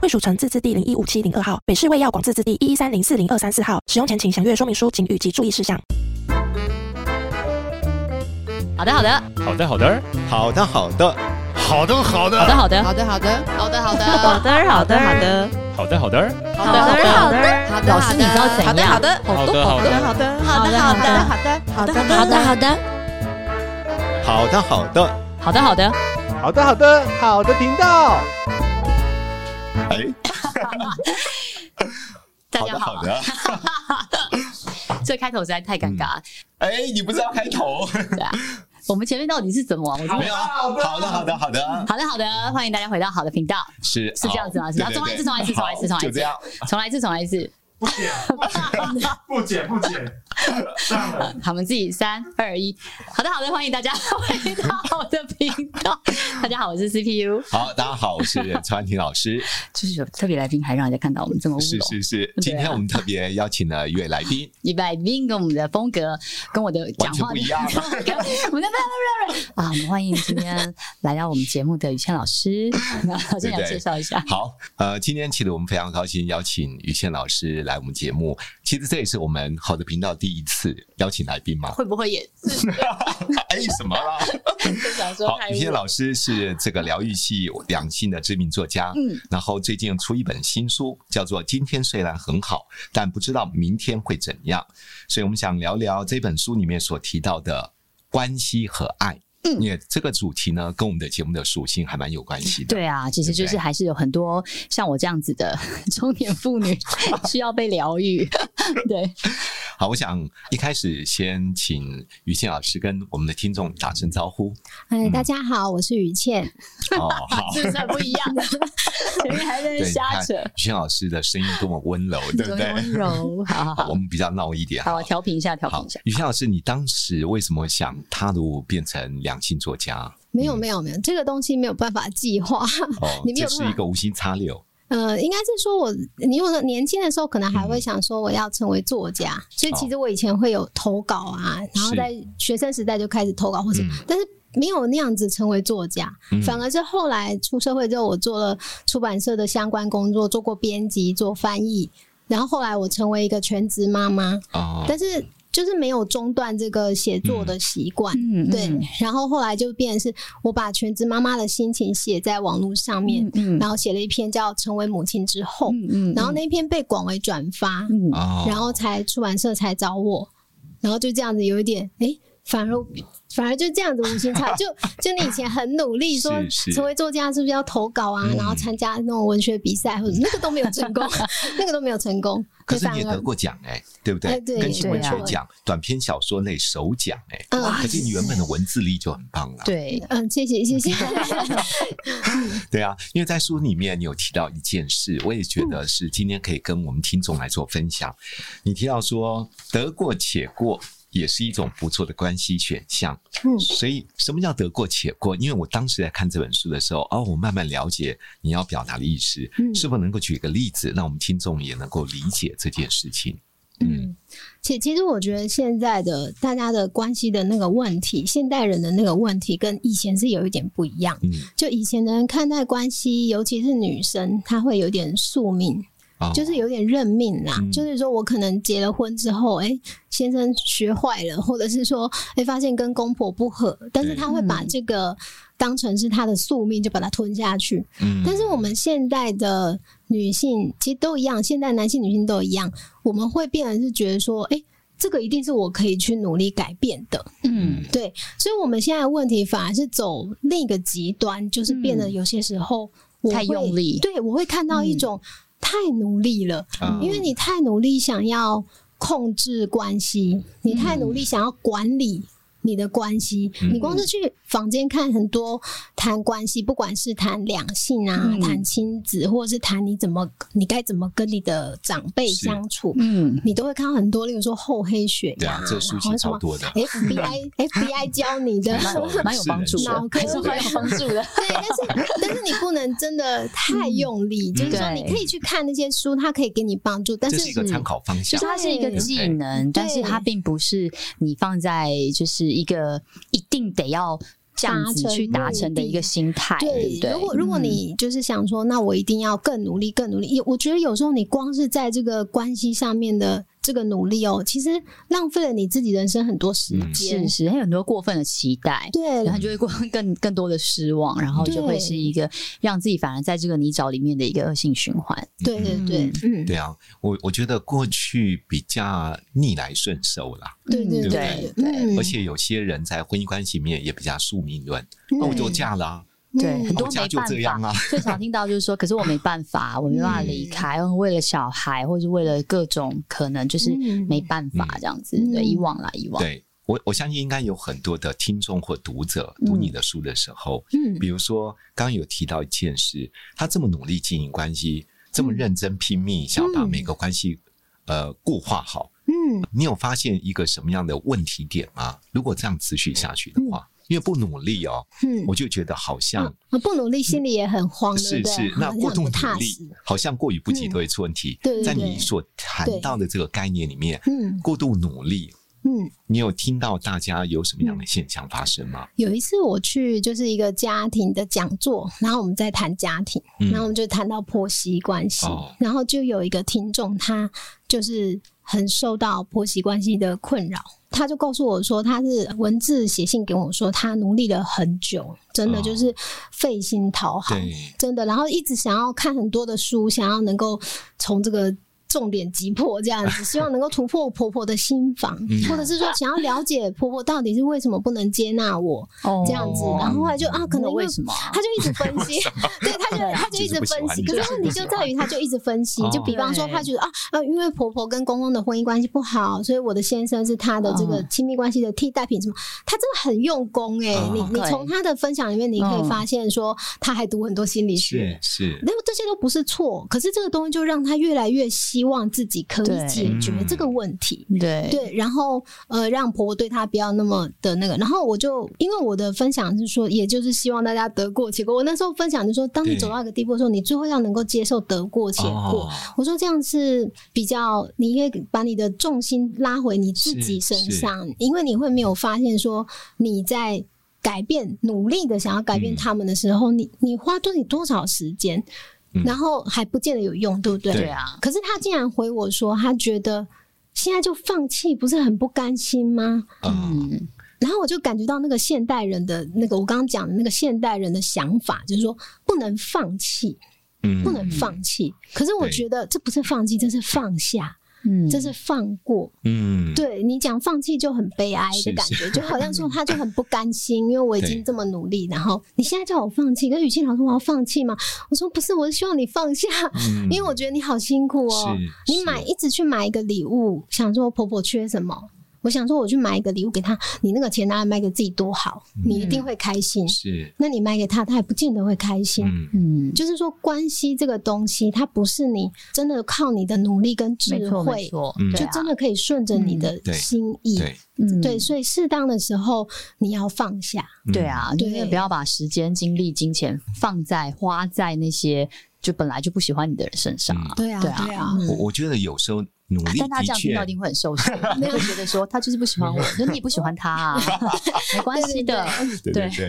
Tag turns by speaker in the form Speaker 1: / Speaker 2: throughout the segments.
Speaker 1: 惠蜀城自治地零一五七零二号，北市卫药广自治地一一三零四零二三四号。使用前请详阅说明书请及注意事项。
Speaker 2: 好的，好的，
Speaker 3: 好的，好的，
Speaker 4: 好的，好的，
Speaker 3: 好的，好
Speaker 2: 好的，
Speaker 3: 的，
Speaker 2: 好的，
Speaker 5: 好的，好的，好的，好
Speaker 6: 好
Speaker 5: 的，
Speaker 6: 的，好的，好的，
Speaker 3: 好的，好的，
Speaker 5: 好的，好的，
Speaker 2: 好的，
Speaker 5: 好的。
Speaker 2: 老师，你知道怎样？
Speaker 5: 好的，好的，
Speaker 2: 好多，
Speaker 3: 好
Speaker 2: 好
Speaker 3: 的
Speaker 6: 好
Speaker 2: 多，
Speaker 6: 的，
Speaker 5: 好的，好的，好的，好的，
Speaker 2: 好的，好的，
Speaker 4: 好的，好的。
Speaker 2: 好的，好的，
Speaker 7: 好的，好的，好的频道。
Speaker 4: 哎，
Speaker 2: 大
Speaker 4: 好
Speaker 2: 家
Speaker 4: 的，
Speaker 2: 好
Speaker 4: 好。的。
Speaker 2: 这开头实在太尴尬了，
Speaker 4: 哎，你不是要开头？
Speaker 2: 对啊。我们前面到底是怎么啊？我觉
Speaker 4: 没有
Speaker 2: 得
Speaker 4: 啊。好的，好的，好的。
Speaker 2: 好的，好的，欢迎大家回到好的频道。
Speaker 4: 是
Speaker 2: 是这样子吗
Speaker 4: 好
Speaker 2: 是这样
Speaker 4: 对对对
Speaker 2: 重来一次重来一次重来一次
Speaker 4: 好就这样。
Speaker 2: 重来一次，重来一次。
Speaker 7: 不剪，不剪，不剪，上了。
Speaker 2: 好，我们自己三二一。好的，好的，欢迎大家回到好的频道。大家好，我是 CPU，
Speaker 4: 好，大家好，我是陈安婷老 师。
Speaker 2: 就是有特别来宾，还让人家看到我们这么乌
Speaker 4: 是
Speaker 2: 龙。
Speaker 4: 是 是，今天我们特别邀请了一位来宾，
Speaker 2: 礼拜宾跟我们的风格跟我的讲话
Speaker 4: 完全不一样
Speaker 2: 我们的不不不不啊，我们欢迎今天来到我们节目的于谦老师，那老师
Speaker 4: 对
Speaker 2: 你要
Speaker 4: 对
Speaker 2: 介绍一下。
Speaker 4: 好，呃，今天其实我们非常高兴邀请于倩老师来我们节目。其实这也是我们好的频道第一次邀请来宾 嘛。
Speaker 2: 会不会也
Speaker 4: 哎，什么啦？
Speaker 2: 就想说
Speaker 4: 好，
Speaker 2: 太
Speaker 4: 于倩
Speaker 2: 污
Speaker 4: 老师是这个疗愈系两性的知名作家，
Speaker 2: 嗯，
Speaker 4: 然后最近出一本新书，叫做《今天虽然很好，但不知道明天会怎样》。所以我们想聊聊这本书里面所提到的关系和爱。
Speaker 2: 嗯
Speaker 4: 也这个主题呢，跟我们的节目的属性还蛮有关系的。
Speaker 2: 对啊，其实就
Speaker 4: 对不
Speaker 2: 是
Speaker 4: 对
Speaker 2: 还是有很多像我这样子的 中年妇女需要被疗愈。对，
Speaker 4: 好，我想一开始先请于倩老师跟我们的听众打声招呼。
Speaker 8: 哎，
Speaker 4: 嗯
Speaker 8: 大家好，我是于倩。
Speaker 4: 哦， 好，
Speaker 2: 是不是很不一样？前面还在
Speaker 4: 对，你
Speaker 2: 瞎
Speaker 4: 看
Speaker 2: 扯，
Speaker 4: 于倩老师的声音多么温柔，对不对？
Speaker 2: 温柔， 好好
Speaker 4: 好，我
Speaker 2: 好，
Speaker 4: 们比较闹一点。
Speaker 2: 好，调频一下，调频
Speaker 4: 好
Speaker 2: 一下，。
Speaker 4: 于倩老师，你当时为什么想踏入变成两性作家？
Speaker 8: 没有
Speaker 4: 嗯
Speaker 8: 没有没有，这个东西没有办法计划。
Speaker 4: 哦，
Speaker 8: 你没
Speaker 4: 这
Speaker 8: 有
Speaker 4: 是
Speaker 8: 办
Speaker 4: 一
Speaker 8: 法
Speaker 4: 个无心插柳。
Speaker 8: 呃，应该是说我，你有的年轻的时候可能还
Speaker 4: 嗯
Speaker 8: 会想说我要成为作家，所以其实我以前会有投稿啊，然后
Speaker 4: 是
Speaker 8: 在学生时代就开始投稿或者，
Speaker 4: 嗯
Speaker 8: 但是没有那样子成为作家，
Speaker 4: 嗯
Speaker 8: 反而是后来出社会之后，我做了出版社的相关工作，做过编辑，做翻译，然后后来我成为一个全职妈妈，
Speaker 4: 哦，
Speaker 8: 但是就是没有中断这个写作的习惯。
Speaker 2: 嗯，
Speaker 8: 对
Speaker 2: 嗯，
Speaker 8: 然后后来就变成是我把全职妈妈的心情写在网络上面，
Speaker 2: 嗯
Speaker 8: 然后写了一篇叫《成为母亲之后》，
Speaker 2: 嗯
Speaker 8: 然后那篇被广为转发，
Speaker 2: 嗯
Speaker 4: 哦
Speaker 8: 然后才出版社才找我，然后就这样子有一点，哎，反而反而就这样子无心插， 就就你以前很努力说
Speaker 4: 是是
Speaker 8: 成为作家是不是要投稿啊，
Speaker 4: 嗯
Speaker 8: 然后参加那种文学比赛或者那个都没有成功， 那个都没有成功，
Speaker 4: 可
Speaker 8: 对
Speaker 4: 是你也
Speaker 8: 反而
Speaker 4: 得过奖哎、对不对？
Speaker 8: 哎对
Speaker 4: 跟新
Speaker 2: 对
Speaker 4: 文
Speaker 2: 啊
Speaker 4: 学奖、短篇小说类首奖哎、
Speaker 8: 嗯
Speaker 4: 可是你原本的文字力就很棒了。
Speaker 2: 对，
Speaker 8: 嗯，谢 谢谢谢，
Speaker 4: 对啊，因为在书里面你有提到一件事，我也
Speaker 8: 嗯
Speaker 4: 觉得是今天可以跟我们听众来做分享。你提到说得过且过。也是一种不错的关系选项，
Speaker 8: 嗯
Speaker 4: 所以什么叫得过且过？因为我当时在看这本书的时候，哦，我慢慢了解你要表达的意思，
Speaker 8: 嗯
Speaker 4: 是否能够举一个例子，让我们听众也能够理解这件事情？嗯
Speaker 8: 嗯，其其实我觉得现在的大家的关系的那个问题，现代人的那个问题跟以前是有一点不一样。
Speaker 4: 嗯，
Speaker 8: 就以前的人看待关系，尤其是女生，她会有点宿命，
Speaker 4: 哦
Speaker 8: 就是有点认命啦。
Speaker 4: 嗯
Speaker 8: 就是说我可能结了婚之后，哎、先生学坏了，或者是说，哎、发现跟公婆不合，但是
Speaker 4: 对嗯
Speaker 8: 她会把这个当成是她的宿命，就把它吞下去。
Speaker 4: 嗯
Speaker 8: 但是我们现代的女性其实都一样，现代男性、女性都一样，我们会变成是觉得说，哎、这个一定是我可以去努力改变的，
Speaker 2: 嗯
Speaker 8: 对，所以我们现在的问题反而是走另一个极端，就是变
Speaker 4: 嗯
Speaker 8: 得有些时候我会
Speaker 2: 太用力
Speaker 8: 对我会看到一种太努力了，
Speaker 4: 嗯
Speaker 8: 因为你太努力想要控制关系，你太努力想要管理。你的关系。
Speaker 4: 嗯
Speaker 8: 你光是去房间看很多谈关系，不管是谈两性啊、
Speaker 5: 嗯
Speaker 8: 谈亲子，或者是谈你怎么你该怎么跟你的长辈
Speaker 4: 是
Speaker 8: 相处，
Speaker 5: 嗯，
Speaker 8: 你都会看到很多，例如说厚黑学
Speaker 4: 对
Speaker 8: 呀、
Speaker 4: 啊，这个书
Speaker 8: 然
Speaker 4: 籍
Speaker 8: 后什
Speaker 4: 超
Speaker 8: 么
Speaker 4: 多的。
Speaker 8: FBI FBI 教你的。
Speaker 4: 没错
Speaker 5: 蛮有帮助
Speaker 4: 是
Speaker 8: 脑
Speaker 5: 的，
Speaker 8: 科
Speaker 2: 还是蛮有帮助的。
Speaker 8: 对，但是但是你不能真 的太
Speaker 4: 嗯
Speaker 8: 用力，就是说
Speaker 5: 对
Speaker 8: 你可以去看那些书，它可以给你帮助，但
Speaker 4: 这
Speaker 8: 是
Speaker 4: 是一个
Speaker 8: 嗯
Speaker 4: 参考方
Speaker 2: 就
Speaker 4: 向
Speaker 2: 是。它是一个技能，但是它并不是你放在就是一个一定得要这样子去达成的一个心态，对
Speaker 8: 对
Speaker 2: 不，对？
Speaker 8: 如果如果
Speaker 4: 嗯
Speaker 8: 你就是想说，那我一定要更努力，更努力。有我觉得有时候你光是在这个关系上面的这个努力哦，其实浪费了你自己人生很多时
Speaker 4: 嗯
Speaker 2: 是
Speaker 8: 间。
Speaker 2: 是，还有很多过分的期待。
Speaker 8: 对
Speaker 2: 然，后就会过更更多的失望，然后就会
Speaker 8: 对
Speaker 2: 是一个让自己反而在这个泥沼里面的一个恶性循环。
Speaker 8: 对对对，嗯，
Speaker 4: 对啊，我我觉得过去比较逆来顺受啦，
Speaker 8: 对对
Speaker 4: 对
Speaker 8: 对，
Speaker 2: 对
Speaker 8: 嗯
Speaker 4: 而且有些人在婚姻关系里面也比较宿命论，那、我就嫁了、啊，
Speaker 2: 对，很
Speaker 8: 嗯
Speaker 2: 多
Speaker 4: 我家
Speaker 2: 没
Speaker 4: 就这
Speaker 2: 办
Speaker 4: 样
Speaker 2: 法。
Speaker 4: 啊，
Speaker 2: 最常听到就是说，可是我没办法，我没办法
Speaker 8: 嗯
Speaker 2: 离开，为了小孩，或者为了各种可能，就是
Speaker 8: 嗯
Speaker 2: 没办法这样子。
Speaker 8: 嗯
Speaker 2: 对，以往啦，以往。
Speaker 4: 对我我相信应该有很多的听众或读者
Speaker 2: 嗯
Speaker 4: 读你的书的时候，
Speaker 8: 嗯
Speaker 4: 比如说刚刚有提到一件事，他这么努力经营关系，这
Speaker 2: 嗯
Speaker 4: 么认真拼命想把每个关系呃固化好，
Speaker 8: 嗯，
Speaker 4: 你有发现一个什么样的问题点吗？如果这样持续下去的
Speaker 2: 嗯
Speaker 4: 话，因为不努力哦，
Speaker 8: 嗯
Speaker 4: 我就觉得好像
Speaker 8: 啊不努力，心里也很慌，对
Speaker 4: 嗯是
Speaker 8: 不对
Speaker 4: 是，？那
Speaker 8: 好像
Speaker 4: 过度
Speaker 8: 不踏
Speaker 4: 努力
Speaker 8: 实。嗯
Speaker 4: 好像过于不及都会出问题。
Speaker 8: 对对对
Speaker 4: 在你所谈到的这个概念里面，
Speaker 8: 嗯
Speaker 4: 过度努力，
Speaker 8: 嗯，
Speaker 4: 你有听到大家有什么样的现象发生吗？
Speaker 8: 有一次我去就是一个家庭的讲座，然后我们在谈家庭，
Speaker 4: 嗯
Speaker 8: 然后我们就谈到婆媳关系，
Speaker 4: 哦
Speaker 8: 然后就有一个听众他就是很受到婆媳关系的困扰，他就告诉我说他是文字写信给我说他努力了很久，真的
Speaker 4: 哦
Speaker 8: 就是费心讨好，
Speaker 4: 对，
Speaker 8: 真的，然后一直想要看很多的书，想要能够从这个重点击破这 样子，希望能够突破婆婆的心房，
Speaker 4: 嗯
Speaker 8: 或者是说想要了解婆婆到底是为什么不能接纳我
Speaker 2: 哦
Speaker 8: 这样子，然后后来就啊，可能因
Speaker 2: 为什么啊
Speaker 8: 她就一直分 析，对，她就她就一直分析，
Speaker 4: 就是不喜欢你
Speaker 8: 可是问题就在于她就一直分析
Speaker 4: 哦，
Speaker 8: 就比方说
Speaker 2: 对
Speaker 8: 她觉得啊啊，因为婆婆跟公公的婚姻关系不好，所以我的先生是她的这个
Speaker 2: 嗯
Speaker 8: 亲密关系的替代品什么，她真的很用功哎、
Speaker 4: 哦
Speaker 8: 你你
Speaker 2: 对
Speaker 8: 从她的分享里面，你可以
Speaker 2: 嗯
Speaker 8: 发现说她还读很多心理学，
Speaker 4: 是是，
Speaker 8: 那么这些都不是错，可是这个东西就让他越来越希望自己可
Speaker 2: 对
Speaker 8: 以解决
Speaker 4: 嗯
Speaker 8: 这个问题。
Speaker 2: 对
Speaker 8: 对，然后呃，让婆婆对她不要那么的那个。然后我就因为我的分享是说，也就是希望大家得过且过。我那时候分享就说，当你
Speaker 4: 对
Speaker 8: 走到一个地步的时候，你最后要能够接受得过且过。
Speaker 4: 哦
Speaker 8: 我说这样是比较，你也把你的重心拉回你自己身上，因为你会没有发现说你在改变、努力的想要改变
Speaker 4: 嗯
Speaker 8: 他们的时候，你你花多你多少时间，
Speaker 4: 嗯
Speaker 8: 然后还不见得有用，对不对？
Speaker 4: 对
Speaker 2: 对啊，
Speaker 8: 可是他竟然回我说，他觉得现在就放弃，不是很不甘心吗？
Speaker 4: 嗯，
Speaker 2: 嗯，
Speaker 8: 然后我就感觉到那个现代人的那个我刚刚讲的那个现代人的想法，就是说不能放弃，
Speaker 4: 嗯
Speaker 8: 不能放弃。可是我
Speaker 4: 对
Speaker 8: 觉得这不是放弃，这是放下。
Speaker 2: 嗯
Speaker 8: 这是放过。
Speaker 4: 嗯，
Speaker 8: 对你讲放弃就很悲哀的感觉，就好像说他就很不甘心，因为我已经这么努力，然后你现在叫我放弃，跟雨欣老师我要放弃吗？我说不是，我是希望你放下，
Speaker 4: 嗯，
Speaker 8: 因为我觉得你好辛苦哦。
Speaker 4: 是
Speaker 8: 你买
Speaker 4: 是
Speaker 8: 一直去买一个礼物，想说婆婆缺什么。我想说，我去买一个礼物给她，你那个钱拿来买给自己多好，你一定会开心。
Speaker 4: 嗯是
Speaker 8: 那你买给她，她也不见得会开心。
Speaker 4: 嗯
Speaker 2: 嗯，
Speaker 8: 就是说，关系这个东西，它不是你真的靠你的努力跟
Speaker 2: 没
Speaker 8: 智
Speaker 2: 错没
Speaker 8: 慧
Speaker 2: 错
Speaker 4: 嗯，
Speaker 2: 对
Speaker 8: 就
Speaker 2: 啊
Speaker 8: 真的可以顺着你的
Speaker 4: 对
Speaker 8: 心意。
Speaker 4: 对
Speaker 2: 嗯
Speaker 8: 对所以适当的时候你要放下。
Speaker 4: 嗯
Speaker 2: 对，啊，就
Speaker 8: 对
Speaker 2: 是不要把时间、精力、金钱放在花在那些就本来就不喜欢你的人身上啊。
Speaker 8: 对啊
Speaker 2: 对啊
Speaker 8: 对啊
Speaker 4: 嗯我我觉得有时候努力
Speaker 2: 但他这
Speaker 4: 的
Speaker 2: 样听
Speaker 4: 确
Speaker 2: 到一定会很受伤，没有觉得说他就是不喜欢我，那你也不喜欢他啊，没关系的，
Speaker 4: 对对对，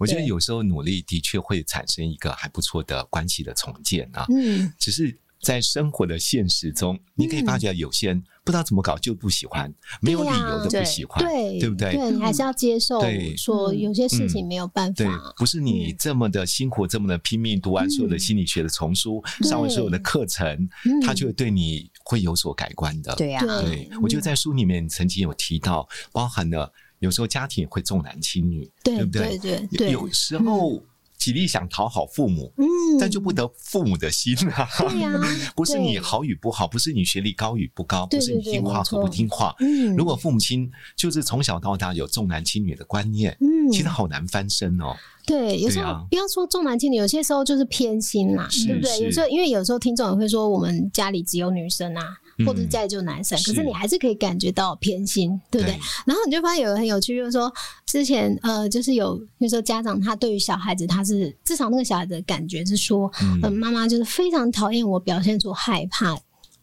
Speaker 4: 我觉得
Speaker 2: 对
Speaker 4: 有时候努力的确会产生一个还不错的关系的重建啊，
Speaker 8: 嗯，
Speaker 4: 只是。在生活的现实中，你可以发觉有些人不知道怎么搞就不喜欢，没有理由的
Speaker 2: 对
Speaker 4: 不喜欢，
Speaker 8: 对，
Speaker 4: 啊对不对？
Speaker 8: 对你还是要接受
Speaker 4: 对，嗯
Speaker 8: 说
Speaker 2: 嗯
Speaker 8: 有些事情没有办
Speaker 4: 对
Speaker 8: 法。
Speaker 4: 不是你这么的辛苦，这么的拼命读完所有的心理学的丛书，上完所有的课程，
Speaker 8: 嗯
Speaker 4: 他就会对你会有所改观的。
Speaker 2: 对啊，
Speaker 8: 对
Speaker 4: 对，我觉得在书里面你曾经有提到，包含了有时候家庭会重男轻女，
Speaker 8: 对
Speaker 4: 不
Speaker 8: 对对
Speaker 4: 有
Speaker 8: 对
Speaker 4: 有时候极力想讨好父母，
Speaker 8: 嗯，
Speaker 4: 但就不得父母的心啊。
Speaker 8: 对呀
Speaker 4: 不是你
Speaker 8: 对
Speaker 4: 好与不好，不是你学历高与不高，
Speaker 8: 对
Speaker 4: 不是你
Speaker 8: 对对
Speaker 4: 听话
Speaker 8: 没
Speaker 4: 和不
Speaker 8: 错
Speaker 4: 听话。
Speaker 8: 嗯
Speaker 4: 如果父母亲就是从小到大有重男轻女的观念，
Speaker 8: 嗯
Speaker 4: 其实好难翻身哦。
Speaker 8: 对，有时
Speaker 4: 对
Speaker 8: 候
Speaker 4: 啊
Speaker 8: 不要说重男轻女，有些时候就是偏心啦，
Speaker 4: 是
Speaker 8: 对不对？
Speaker 4: 是
Speaker 8: 有时候因为有时候听众也会说我们家里只有女生啊，或者是
Speaker 4: 嗯
Speaker 8: 家里就有男生，
Speaker 4: 是
Speaker 8: 可是你还是可以感觉到偏心，对不对？然后你就发现有个很有趣，就是说之前呃，就是有那时候家长他对于小孩子他是至少那个小孩子的感觉是说，
Speaker 4: 嗯
Speaker 8: 嗯，妈妈就是非常讨厌我表现出害怕。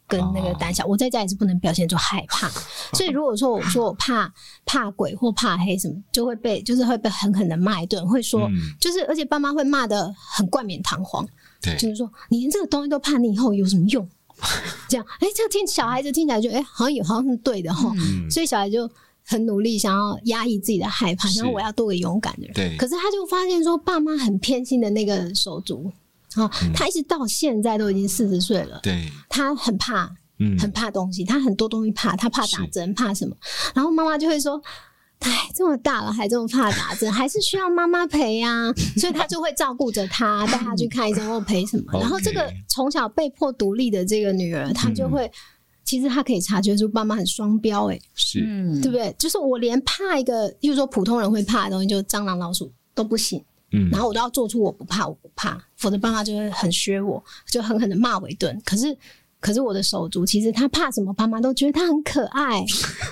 Speaker 8: 跟那个胆
Speaker 4: 哦
Speaker 8: 小，我在家也是不能表现出害 怕，所以如果说我说我怕怕鬼或怕黑什么，就会被就是会被狠狠的骂一顿，会说、
Speaker 4: 嗯
Speaker 8: 就是而且爸妈会骂的很冠冕堂皇，
Speaker 4: 对，
Speaker 8: 就是说你连这个东西都怕，你以后有什么 用？这样，哎、这个听小孩子听起来就哎、好像有好像是对的哈，
Speaker 4: 嗯
Speaker 8: 所以小孩就很努力想要压抑自己的害怕，
Speaker 4: 是
Speaker 8: 然后我要做个勇敢的人。
Speaker 4: 对
Speaker 8: 可是他就发现说，爸妈很偏心的那个手足啊，他一直到现在都已经四十岁了，
Speaker 4: 嗯对，
Speaker 8: 他很怕，
Speaker 4: 嗯，
Speaker 8: 很怕东西，他很多东西怕，他怕打
Speaker 4: 是
Speaker 8: 针，怕什么？然后妈妈就会说。哎，这么大了还这么怕打针，还是需要妈妈陪呀、所以他就会照顾着他，带他去看医生或陪什么。 然后这个
Speaker 4: OK 嗯
Speaker 8: 从小被迫独立的这个女儿，她就会，其实她可以察觉出爸妈很双标、欸，
Speaker 4: 是，
Speaker 2: 嗯
Speaker 8: 对不对？就是我连怕一个，例如说普通人会怕的东西，就是蟑螂、老鼠都不行，
Speaker 4: 嗯，
Speaker 8: 然后我都要做出我不怕，我不怕，否则爸妈就会很削我，就狠狠的骂我一顿。可是，可是我的手足其实他怕什么，爸妈都觉得他很可爱，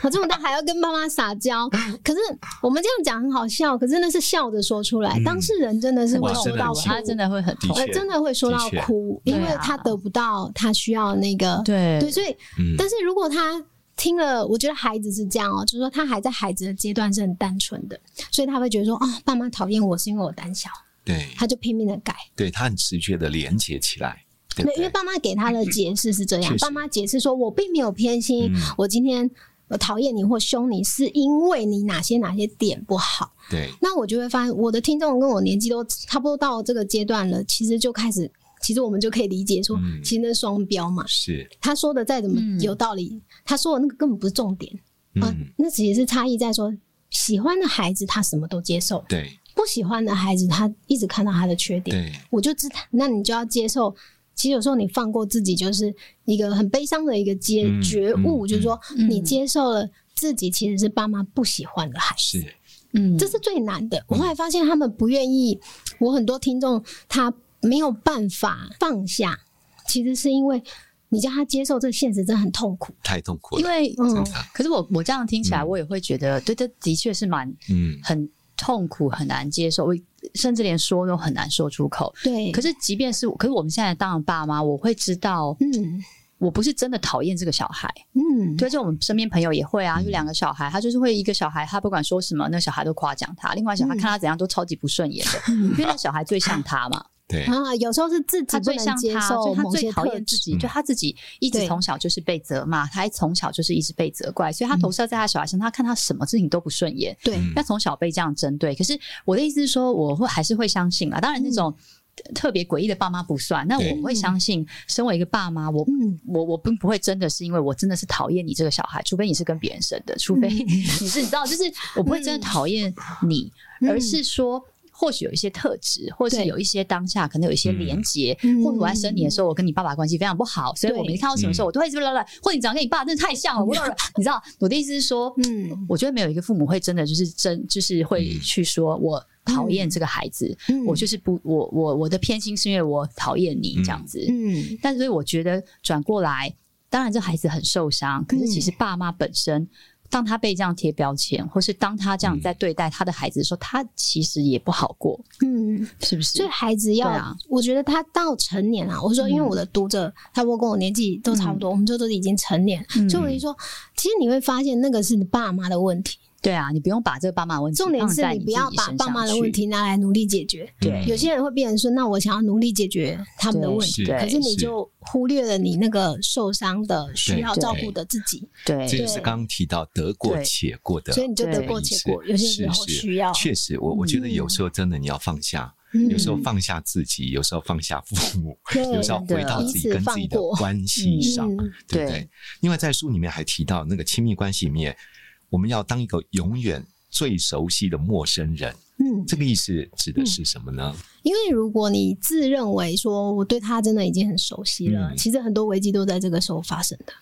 Speaker 8: 我这么大还要跟爸妈撒娇。可是我们这样讲很好笑，可是那是笑着说出来，
Speaker 4: 嗯
Speaker 8: 当事人真的是会
Speaker 4: 哇
Speaker 8: 说
Speaker 4: 真的
Speaker 8: 到
Speaker 4: 很
Speaker 8: 哭，
Speaker 4: 辛苦
Speaker 2: 他真的会很痛
Speaker 4: 的，
Speaker 8: 呃
Speaker 4: 确
Speaker 8: 真的会说到
Speaker 4: 的确
Speaker 8: 哭，
Speaker 2: 对
Speaker 8: 因
Speaker 2: 啊
Speaker 8: 为他得不到他需要那个
Speaker 2: 对
Speaker 8: 对，所以
Speaker 4: 嗯
Speaker 8: 但是如果他听了，我觉得孩子是这样哦、就是说他还在孩子的阶段是很单纯的，所以他会觉得说，哦，爸妈讨厌我是因为我胆小，
Speaker 4: 对，
Speaker 8: 他就拼命的改。
Speaker 4: 对他很直觉的连接起来，对不
Speaker 8: 对，因为
Speaker 4: 对？
Speaker 8: 爸妈给他的解释是这
Speaker 4: 确
Speaker 8: 样，
Speaker 4: 实
Speaker 8: 爸妈解释说我并没有偏心，
Speaker 4: 嗯
Speaker 8: 我今天我讨厌你或凶你，是因为你哪些哪些点不好。
Speaker 4: 对，
Speaker 8: 那我就会发现，我的听众跟我年纪都差不多到这个阶段了，其实就开始，其实我们就可以理解说，
Speaker 4: 嗯
Speaker 8: 其实那是双标嘛。
Speaker 4: 是，
Speaker 8: 他说的再怎么
Speaker 2: 嗯
Speaker 8: 有道理，他说的那个根本不是重点。啊
Speaker 4: 嗯，，
Speaker 8: 那只是差异在说，喜欢的孩子他什么都接受，
Speaker 4: 对
Speaker 8: 不喜欢的孩子他一直看到他的缺点。
Speaker 4: 对，
Speaker 8: 我就知道，那你就要接受。其实有时候你放过自己，就是一个很悲伤的一个接
Speaker 4: 嗯
Speaker 8: 觉悟，
Speaker 4: 嗯
Speaker 8: 就是说
Speaker 2: 嗯
Speaker 8: 你接受了自己其实是爸妈不喜欢的孩子。
Speaker 4: 是，
Speaker 2: 嗯
Speaker 8: 这是最难的。我后来发现他们不愿意，我很多听众他没有办法放下，其实是因为你叫他接受这个现实，真的很痛苦。
Speaker 4: 太痛苦
Speaker 2: 因
Speaker 4: 了，
Speaker 2: 为
Speaker 8: 嗯，
Speaker 2: 可是我我这样听起来，
Speaker 4: 嗯
Speaker 2: 我也会觉得，对，这的确是蛮
Speaker 4: 嗯，
Speaker 2: 很痛苦，很难接受，我甚至连说都很难说出口。
Speaker 8: 对。
Speaker 2: 可是，即便是可是我们现在当了爸妈，我会知道，
Speaker 8: 嗯
Speaker 2: 我不是真的讨厌这个小孩。
Speaker 8: 嗯，
Speaker 2: 对，就我们身边朋友也会啊，
Speaker 4: 嗯
Speaker 2: 有两个小孩，他就是会一个小孩，他不管说什么，那小孩都夸奖他；，另外小孩
Speaker 8: 嗯
Speaker 2: 看他怎样都超级不顺眼的，因为那小孩最像他 嘛，
Speaker 4: 对，
Speaker 8: 啊，有时候是自己
Speaker 2: 他
Speaker 8: 不
Speaker 2: 最像
Speaker 8: 能接
Speaker 2: 他，所
Speaker 8: 受
Speaker 2: 以他
Speaker 8: 某
Speaker 2: 最
Speaker 8: 些
Speaker 2: 讨
Speaker 8: 特
Speaker 2: 厌自
Speaker 8: 质。
Speaker 2: 己，就他自己一直
Speaker 8: 对
Speaker 2: 从小就是被责骂，他从小就是一直被责怪，所以他投射在他小孩身上，他看他什么事情都不顺眼，
Speaker 8: 对，
Speaker 4: 嗯
Speaker 2: 那从小被这样针对。可是我的意思是说，我会还是会相信啦。当然，那种
Speaker 8: 嗯
Speaker 2: 特别诡异的爸妈不算，那
Speaker 4: 对
Speaker 2: 我会相信，身为一个爸妈，我
Speaker 8: 嗯，
Speaker 2: 我我并不会真的是因为我真的是讨厌你这个小孩，除非你是跟别人生的，除非 你是你知道，就是我不会真的讨厌你，
Speaker 8: 嗯
Speaker 2: 而是说。或许有一些特质，或是
Speaker 8: 对
Speaker 2: 有一些当下可能有一些连结，
Speaker 8: 嗯
Speaker 2: 或者我在生你的时候，我跟你爸爸关系非常不好，所以
Speaker 8: 对
Speaker 2: 我每次看到什么时候，我都会一直乱乱，或者你长得跟你爸真的太像了，我乱乱，你知道我的意思是说，
Speaker 8: 嗯
Speaker 2: 我觉得没有一个父母会真的就是真就是会去说我讨厌这个孩子，
Speaker 8: 嗯
Speaker 2: 我就是不我我我的偏心是因为我讨厌你这样子，
Speaker 8: 嗯
Speaker 2: 但所以我觉得转过来，当然这孩子很受
Speaker 8: 嗯
Speaker 2: 伤，可是其实爸妈本身，当他被这样贴标签，或是当他这样在对待他的孩子的时候，他其实也不好过，
Speaker 8: 嗯，
Speaker 2: 是不是？
Speaker 8: 所以孩子要，
Speaker 2: 对啊
Speaker 8: 我觉得他到成年啊，我说，因为
Speaker 2: 嗯
Speaker 8: 我的读者差不多跟我年纪都差不多，我们就都已经成年，
Speaker 2: 嗯
Speaker 8: 所以我就说，其实你会发现那个是你爸妈的问题，
Speaker 2: 对啊，你不用把这个爸妈的问题
Speaker 8: 重点
Speaker 2: 放
Speaker 8: 是
Speaker 2: 在
Speaker 8: 你
Speaker 2: 自
Speaker 8: 不
Speaker 2: 己
Speaker 8: 要把
Speaker 2: 身
Speaker 8: 爸
Speaker 2: 上
Speaker 8: 妈的
Speaker 2: 去
Speaker 8: 问题拿来努力解决。
Speaker 4: 对
Speaker 8: 有些人会变成说，那我想要努力解决他们的问题，
Speaker 4: 对
Speaker 8: 可是你
Speaker 4: 是
Speaker 8: 就忽略了你那个受伤的需要
Speaker 2: 对
Speaker 8: 照顾的自己，
Speaker 2: 对
Speaker 4: 这就是
Speaker 8: 对
Speaker 4: 刚刚提到得过
Speaker 2: 对
Speaker 4: 且过的意思，
Speaker 8: 所以你就得
Speaker 2: 对
Speaker 8: 过且过，有些时候
Speaker 4: 是是
Speaker 8: 需要。
Speaker 4: 确实，我我觉得有
Speaker 8: 嗯
Speaker 4: 时候真的你要放下，
Speaker 8: 嗯
Speaker 4: 有时候放下自己，有时候放下父母，
Speaker 8: 对
Speaker 4: 有时候回到
Speaker 8: 真的
Speaker 4: 自己跟自己
Speaker 8: 彼此
Speaker 4: 的
Speaker 8: 放过
Speaker 4: 关系上，
Speaker 8: 嗯
Speaker 4: 对不对
Speaker 2: 对？
Speaker 4: 因为在书里面还提到那个亲密关系里面，我们要当一个永远最熟悉的陌生人。
Speaker 8: 嗯，
Speaker 4: 这个意思指的是什么呢？
Speaker 8: 因为如果你自认为说我对他真的已经很熟悉了，
Speaker 4: 嗯
Speaker 8: 其实很多危机都在这个时候发生的。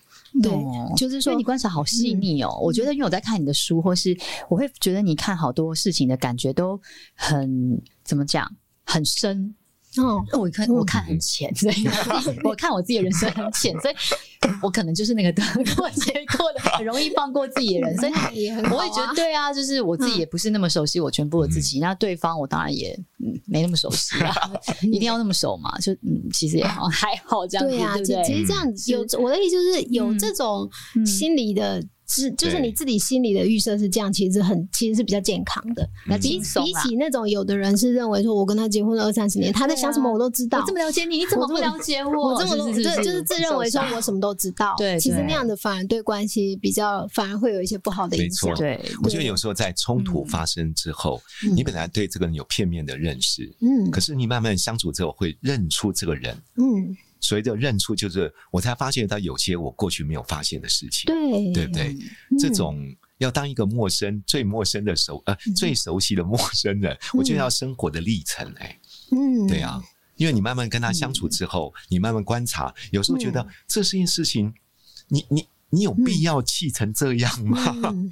Speaker 8: 对，
Speaker 2: 哦
Speaker 8: 就是
Speaker 2: 所
Speaker 8: 说
Speaker 2: 以你观察好细腻哦。我觉得，因为我在看你的书，或是我会觉得你看好多事情的感觉都很怎么讲，很深。
Speaker 8: 哦，
Speaker 2: 我看我看很浅，所 以我看我自己的人生很浅，所以我可能就是那个得过且过的，很容易放过自己的人，所以。
Speaker 8: 也很
Speaker 2: 我
Speaker 8: 好
Speaker 2: 会
Speaker 8: 啊。嗯
Speaker 2: 觉得对啊，就是我自己也不是那么熟悉我全部的自己，那对方我当然也、嗯、没那么熟悉 啊，一定要那么熟嘛？就嗯，其实也好还好这样子，
Speaker 8: 对啊，
Speaker 2: 不
Speaker 8: 其
Speaker 2: 对？
Speaker 8: 其实这样子有我的意思就是有这种
Speaker 2: 嗯
Speaker 8: 心理的自，就是
Speaker 4: 嗯对
Speaker 8: 你自己心里的预设是这样，其实很其实是比较健康的。
Speaker 4: 嗯
Speaker 2: 那
Speaker 8: 比
Speaker 2: 轻松
Speaker 8: 比
Speaker 2: 啦
Speaker 8: 起那种有的人是认为说我跟他结婚了二三十年，他在想什么我都知道
Speaker 2: 我这。么了解你，你怎么
Speaker 8: 我这
Speaker 2: 不
Speaker 8: 么
Speaker 2: 了解我？
Speaker 8: 我这么多，
Speaker 2: 是
Speaker 8: 对，就是自认为说我什么都知道，
Speaker 2: 对
Speaker 8: 其实
Speaker 2: 对
Speaker 8: 那样的反而对关系比较，反而会有一些不好的
Speaker 4: 没
Speaker 8: 影
Speaker 4: 错
Speaker 8: 响。
Speaker 2: 对，
Speaker 4: 我觉得有时候在冲突发生之后，
Speaker 8: 嗯
Speaker 4: 你本来对这个人有片面的认识，
Speaker 8: 嗯
Speaker 4: 可是你慢慢相处之后会认出这个人。
Speaker 8: 嗯，
Speaker 4: 随着认出，就是我才发现到有些我过去没有发现的事情，
Speaker 8: 对，嗯
Speaker 4: 对不对？这种要当一个陌生、最陌生的熟呃最熟悉的陌生人，我觉得要生活的历程哎、
Speaker 8: 嗯，
Speaker 4: 对啊，因为你慢慢跟他相处之后，你慢慢观察，有时候觉
Speaker 8: 嗯
Speaker 4: 得这是一件事情，你你你有必要气成这样
Speaker 8: 嗯
Speaker 4: 吗？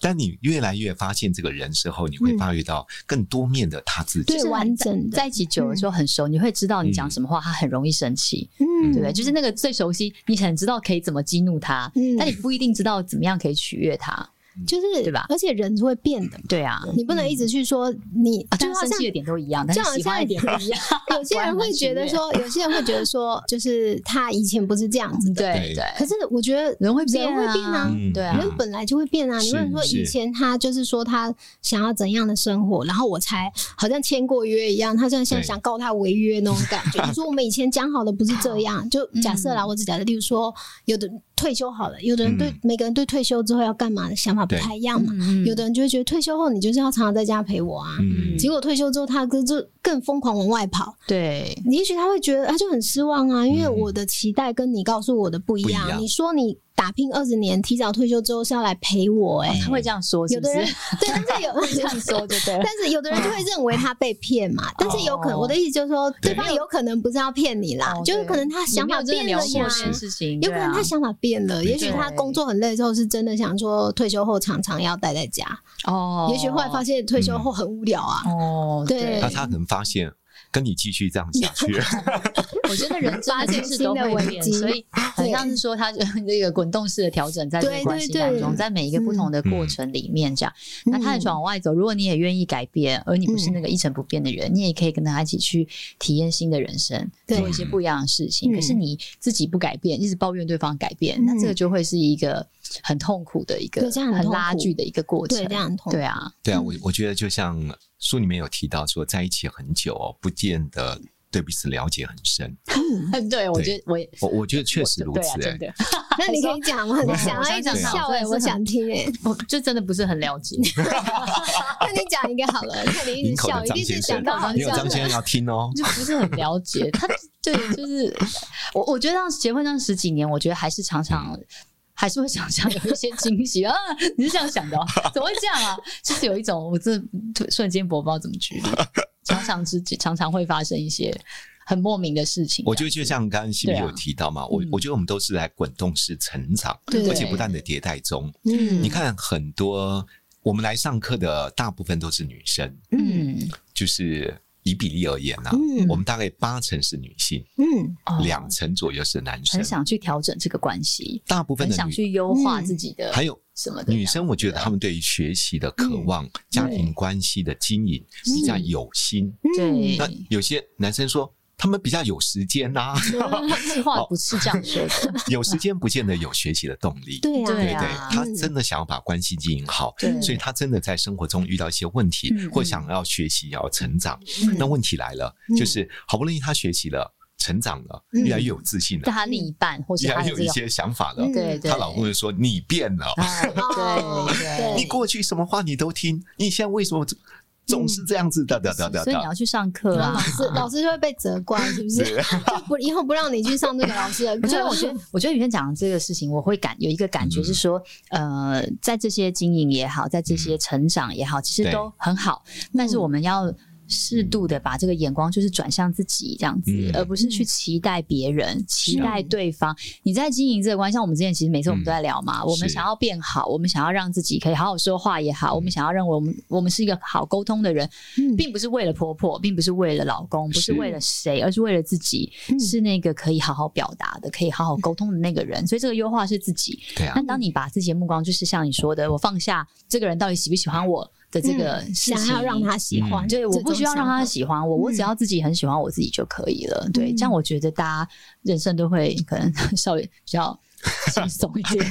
Speaker 4: 当你越来越发现这个人之后，你会发觉到更多面的他自己。
Speaker 8: 对完整的
Speaker 2: 在一起久了之后很熟，你会知道你
Speaker 4: 嗯
Speaker 2: 讲什么话他很容易生气，
Speaker 8: 嗯，
Speaker 2: 对不对？就是那个最熟悉，你很知道可以怎么激怒他，
Speaker 8: 嗯
Speaker 2: 但你不一定知道怎么样可以取悦他，
Speaker 8: 就是
Speaker 2: 对吧
Speaker 8: 而且人是会变的嘛，
Speaker 2: 对啊。
Speaker 8: 你不能一直去说你，
Speaker 2: 啊，
Speaker 8: 就
Speaker 2: 但
Speaker 8: 好
Speaker 2: 是生
Speaker 8: 像
Speaker 2: 气的点都一样，但
Speaker 8: 就是好
Speaker 2: 喜欢
Speaker 8: 像
Speaker 2: 的 点 不一样。
Speaker 8: 有些人会觉得说，有些人会觉得说，就是他以前不是这样子的。
Speaker 2: 对
Speaker 4: 对
Speaker 2: 对，
Speaker 8: 可是我觉得
Speaker 2: 人会变
Speaker 8: 人会变啊，
Speaker 4: 嗯
Speaker 2: 对啊
Speaker 8: 人，本来就会变啊。
Speaker 4: 是
Speaker 8: 你不能说
Speaker 4: 是
Speaker 8: 以前他就是说他想要怎样的生活，然后我才好像签过约一样，他现在
Speaker 4: 对
Speaker 8: 想告他违约那种感觉。你说我们以前讲好的不是这样，
Speaker 4: 嗯
Speaker 8: 就假设啦，我只假设，例如说有的退休好了，有的人对
Speaker 4: 嗯
Speaker 8: 每个人对退休之后要干嘛的想法不
Speaker 4: 对
Speaker 8: 太一样嘛。
Speaker 2: 嗯
Speaker 8: 有的人就会觉得退休后你就是要常常在家陪我啊，
Speaker 4: 嗯
Speaker 8: 结果退休之后他哥就更疯狂往外跑。
Speaker 2: 对，
Speaker 8: 也许他会觉得他就很失望啊，因为
Speaker 2: 嗯
Speaker 8: 我的期待跟你告诉我的不一样。
Speaker 4: 不一样
Speaker 8: 你说你打拼二十年，提早退休之后是要来陪我、欸，哎、
Speaker 2: 他会这样说，是
Speaker 8: 有
Speaker 2: 不
Speaker 8: 的
Speaker 2: 是
Speaker 8: 人？ 对，但是有
Speaker 2: 这样说就对了
Speaker 8: 但。是有的人就会认为他被骗嘛。但是有可能，我的意思就是说，对方有可能不是要骗你啦，
Speaker 2: 哦
Speaker 8: 就是可能他想法
Speaker 2: 你
Speaker 8: 变
Speaker 2: 没有
Speaker 8: 了
Speaker 2: 真的聊
Speaker 8: 呀
Speaker 2: 过这。件事情，
Speaker 8: 有可能他
Speaker 2: 对啊
Speaker 8: 想法变了，也许他
Speaker 2: 对
Speaker 8: 工作很累之后是真的想说退休后常常要待在家，
Speaker 2: 哦，
Speaker 8: 也许后来发现退休后很无聊啊，
Speaker 2: 哦，对
Speaker 8: 对
Speaker 4: 那，他可能发现跟你继续这样下去，
Speaker 2: 我觉得人真的就是都会
Speaker 8: 发现新
Speaker 2: 变，
Speaker 8: 的危机哎
Speaker 2: 所以很像是说，它就这个滚动式的调整在这个
Speaker 8: 对
Speaker 2: 关系
Speaker 8: 对
Speaker 2: 当
Speaker 8: 对嗯
Speaker 2: 中，在每一个不同的
Speaker 4: 嗯
Speaker 2: 过程里面，这样。那他很喜欢往外走，如果你也愿意改变，而你不
Speaker 8: 嗯
Speaker 2: 是那个一成不变的人，你也可以跟他一起去体验新的人生，
Speaker 8: 对
Speaker 2: 做一些不一样的事情。
Speaker 8: 嗯
Speaker 2: 可是你自己不改变，一直抱怨对方改变，那这个就会是一个很痛苦的一个
Speaker 8: 对这样很痛苦
Speaker 2: 拉锯的一个过程
Speaker 8: 对，。这样很痛苦
Speaker 2: 对啊，
Speaker 4: 对啊，我我觉得就像书里面有提到说，在一起很久哦，不见得对彼此了解很深。
Speaker 2: 对，我觉得我也
Speaker 4: 我我觉得确实如
Speaker 2: 对啊，
Speaker 4: 此、哎、
Speaker 2: 真的。
Speaker 8: 那你可以讲吗？你想要一直笑哎、我想听哎、
Speaker 2: 我就真的不是很了解，
Speaker 8: 那你讲一个好了，看你一
Speaker 4: 林
Speaker 8: 直
Speaker 4: 口
Speaker 8: 笑，
Speaker 4: 的
Speaker 8: 一
Speaker 4: 张
Speaker 8: 定是
Speaker 4: 先生嗯
Speaker 8: 想到啊好，
Speaker 4: 欸你有
Speaker 8: 笑
Speaker 4: 张先生要听哦。
Speaker 2: 就 不是啊很了解他。对，就是我，我觉得当时结婚当十几年，我觉得还是常常。还是会想象有一些惊喜啊！你是这样想的、哦？怎么会这样啊？就是有一种我这瞬间我不知道怎么举例，常常之常常会发生一些很莫名的事情。啊
Speaker 4: 我觉得就像刚刚西米
Speaker 2: 对啊
Speaker 4: 有提到嘛，我
Speaker 2: 嗯
Speaker 4: 我觉得我们都是在滚动式成长，
Speaker 8: 对
Speaker 4: 而且不断的迭代中。
Speaker 8: 嗯
Speaker 4: 你看很多我们来上课的大部分都是女生，
Speaker 2: 嗯，
Speaker 4: 就是以比例而言呐、我们大概八成是女性，
Speaker 8: 嗯
Speaker 2: 哦
Speaker 4: 两成左右是男生
Speaker 2: 很。想去调整这个关系，
Speaker 4: 大部分
Speaker 2: 很
Speaker 4: 的
Speaker 2: 想
Speaker 4: 女
Speaker 2: 去优
Speaker 8: 嗯
Speaker 2: 化自己的，
Speaker 4: 还有
Speaker 2: 什么的
Speaker 4: 女生，我觉得她们对于学习的渴望、
Speaker 2: 嗯
Speaker 4: 家庭关系的经营比较有心。
Speaker 2: 对，
Speaker 4: 嗯那有些男生说。他们比较有时 间呐、哦
Speaker 2: 这话不是这样说的，
Speaker 4: 有时间不见得有学习的动力。
Speaker 8: 对啊，
Speaker 2: 对
Speaker 4: 对
Speaker 2: 啊
Speaker 4: 他真的想要把关系经营好，
Speaker 2: 对
Speaker 4: 所以他真的在生活中遇到一些问题，
Speaker 2: 嗯嗯
Speaker 4: 或想要学习、要成长。那问题来了，就是好不容易他学习了、成长了，越来越有自信
Speaker 2: 但
Speaker 4: 了，
Speaker 2: 她另一半或者
Speaker 4: 越
Speaker 2: 她
Speaker 4: 来
Speaker 2: 的
Speaker 4: 越有
Speaker 2: 这
Speaker 4: 一
Speaker 2: 个
Speaker 4: 些想法了
Speaker 8: 嗯，
Speaker 2: 对对，
Speaker 4: 她老公就说：“你变了，
Speaker 2: 啊，对
Speaker 8: 哦
Speaker 2: 对
Speaker 8: 对
Speaker 4: 你过去什么话你都听，你现在为什么总是这样子的，的的的
Speaker 2: 嗯所以你要
Speaker 4: 的。
Speaker 2: 去上课
Speaker 8: 然后
Speaker 2: 啊
Speaker 8: 老。
Speaker 4: 嗯
Speaker 8: 师老师就会被责怪，是不是？
Speaker 4: 对
Speaker 8: 就不以后不让你去上这个老师 的
Speaker 2: 我觉
Speaker 8: 课
Speaker 2: 得，。我觉得，我觉得雨轩讲的这个事情，我会感有一个感觉是说，呃，在这些经营也好，在这些成长也好，其实
Speaker 4: 对
Speaker 2: 都很好，但是我们要。适度的把这个眼光就是转向自己这样子，
Speaker 4: 嗯
Speaker 2: 而不是去期待别人、期待对方。你在经营这个关系，像我们之前其实每次我们都在聊嘛，我们
Speaker 4: 是
Speaker 2: 想要变好，我们想要让自己可以好好说话也好，我们想要认为我们我们是一个好沟通的人，
Speaker 8: 嗯
Speaker 2: 并不是为了婆婆，并不是为了老公，不是
Speaker 4: 是
Speaker 2: 为了谁，而是为了自己，
Speaker 8: 嗯
Speaker 2: 是那个可以好好表达的、可以好好沟通的那个人。所以这个优化是自己。
Speaker 4: 对啊
Speaker 2: 但当你把自己的目光，就是像你说的，我放下这个人到底喜不喜欢我的这个事情，
Speaker 8: 嗯想要让他喜
Speaker 4: 嗯
Speaker 8: 欢，
Speaker 2: 对，我不需要让他喜欢我，我只
Speaker 8: 嗯
Speaker 2: 要自己很喜欢我自己就可以了。对，这样我觉得大家人生都会可能 稍微比较轻松一 点。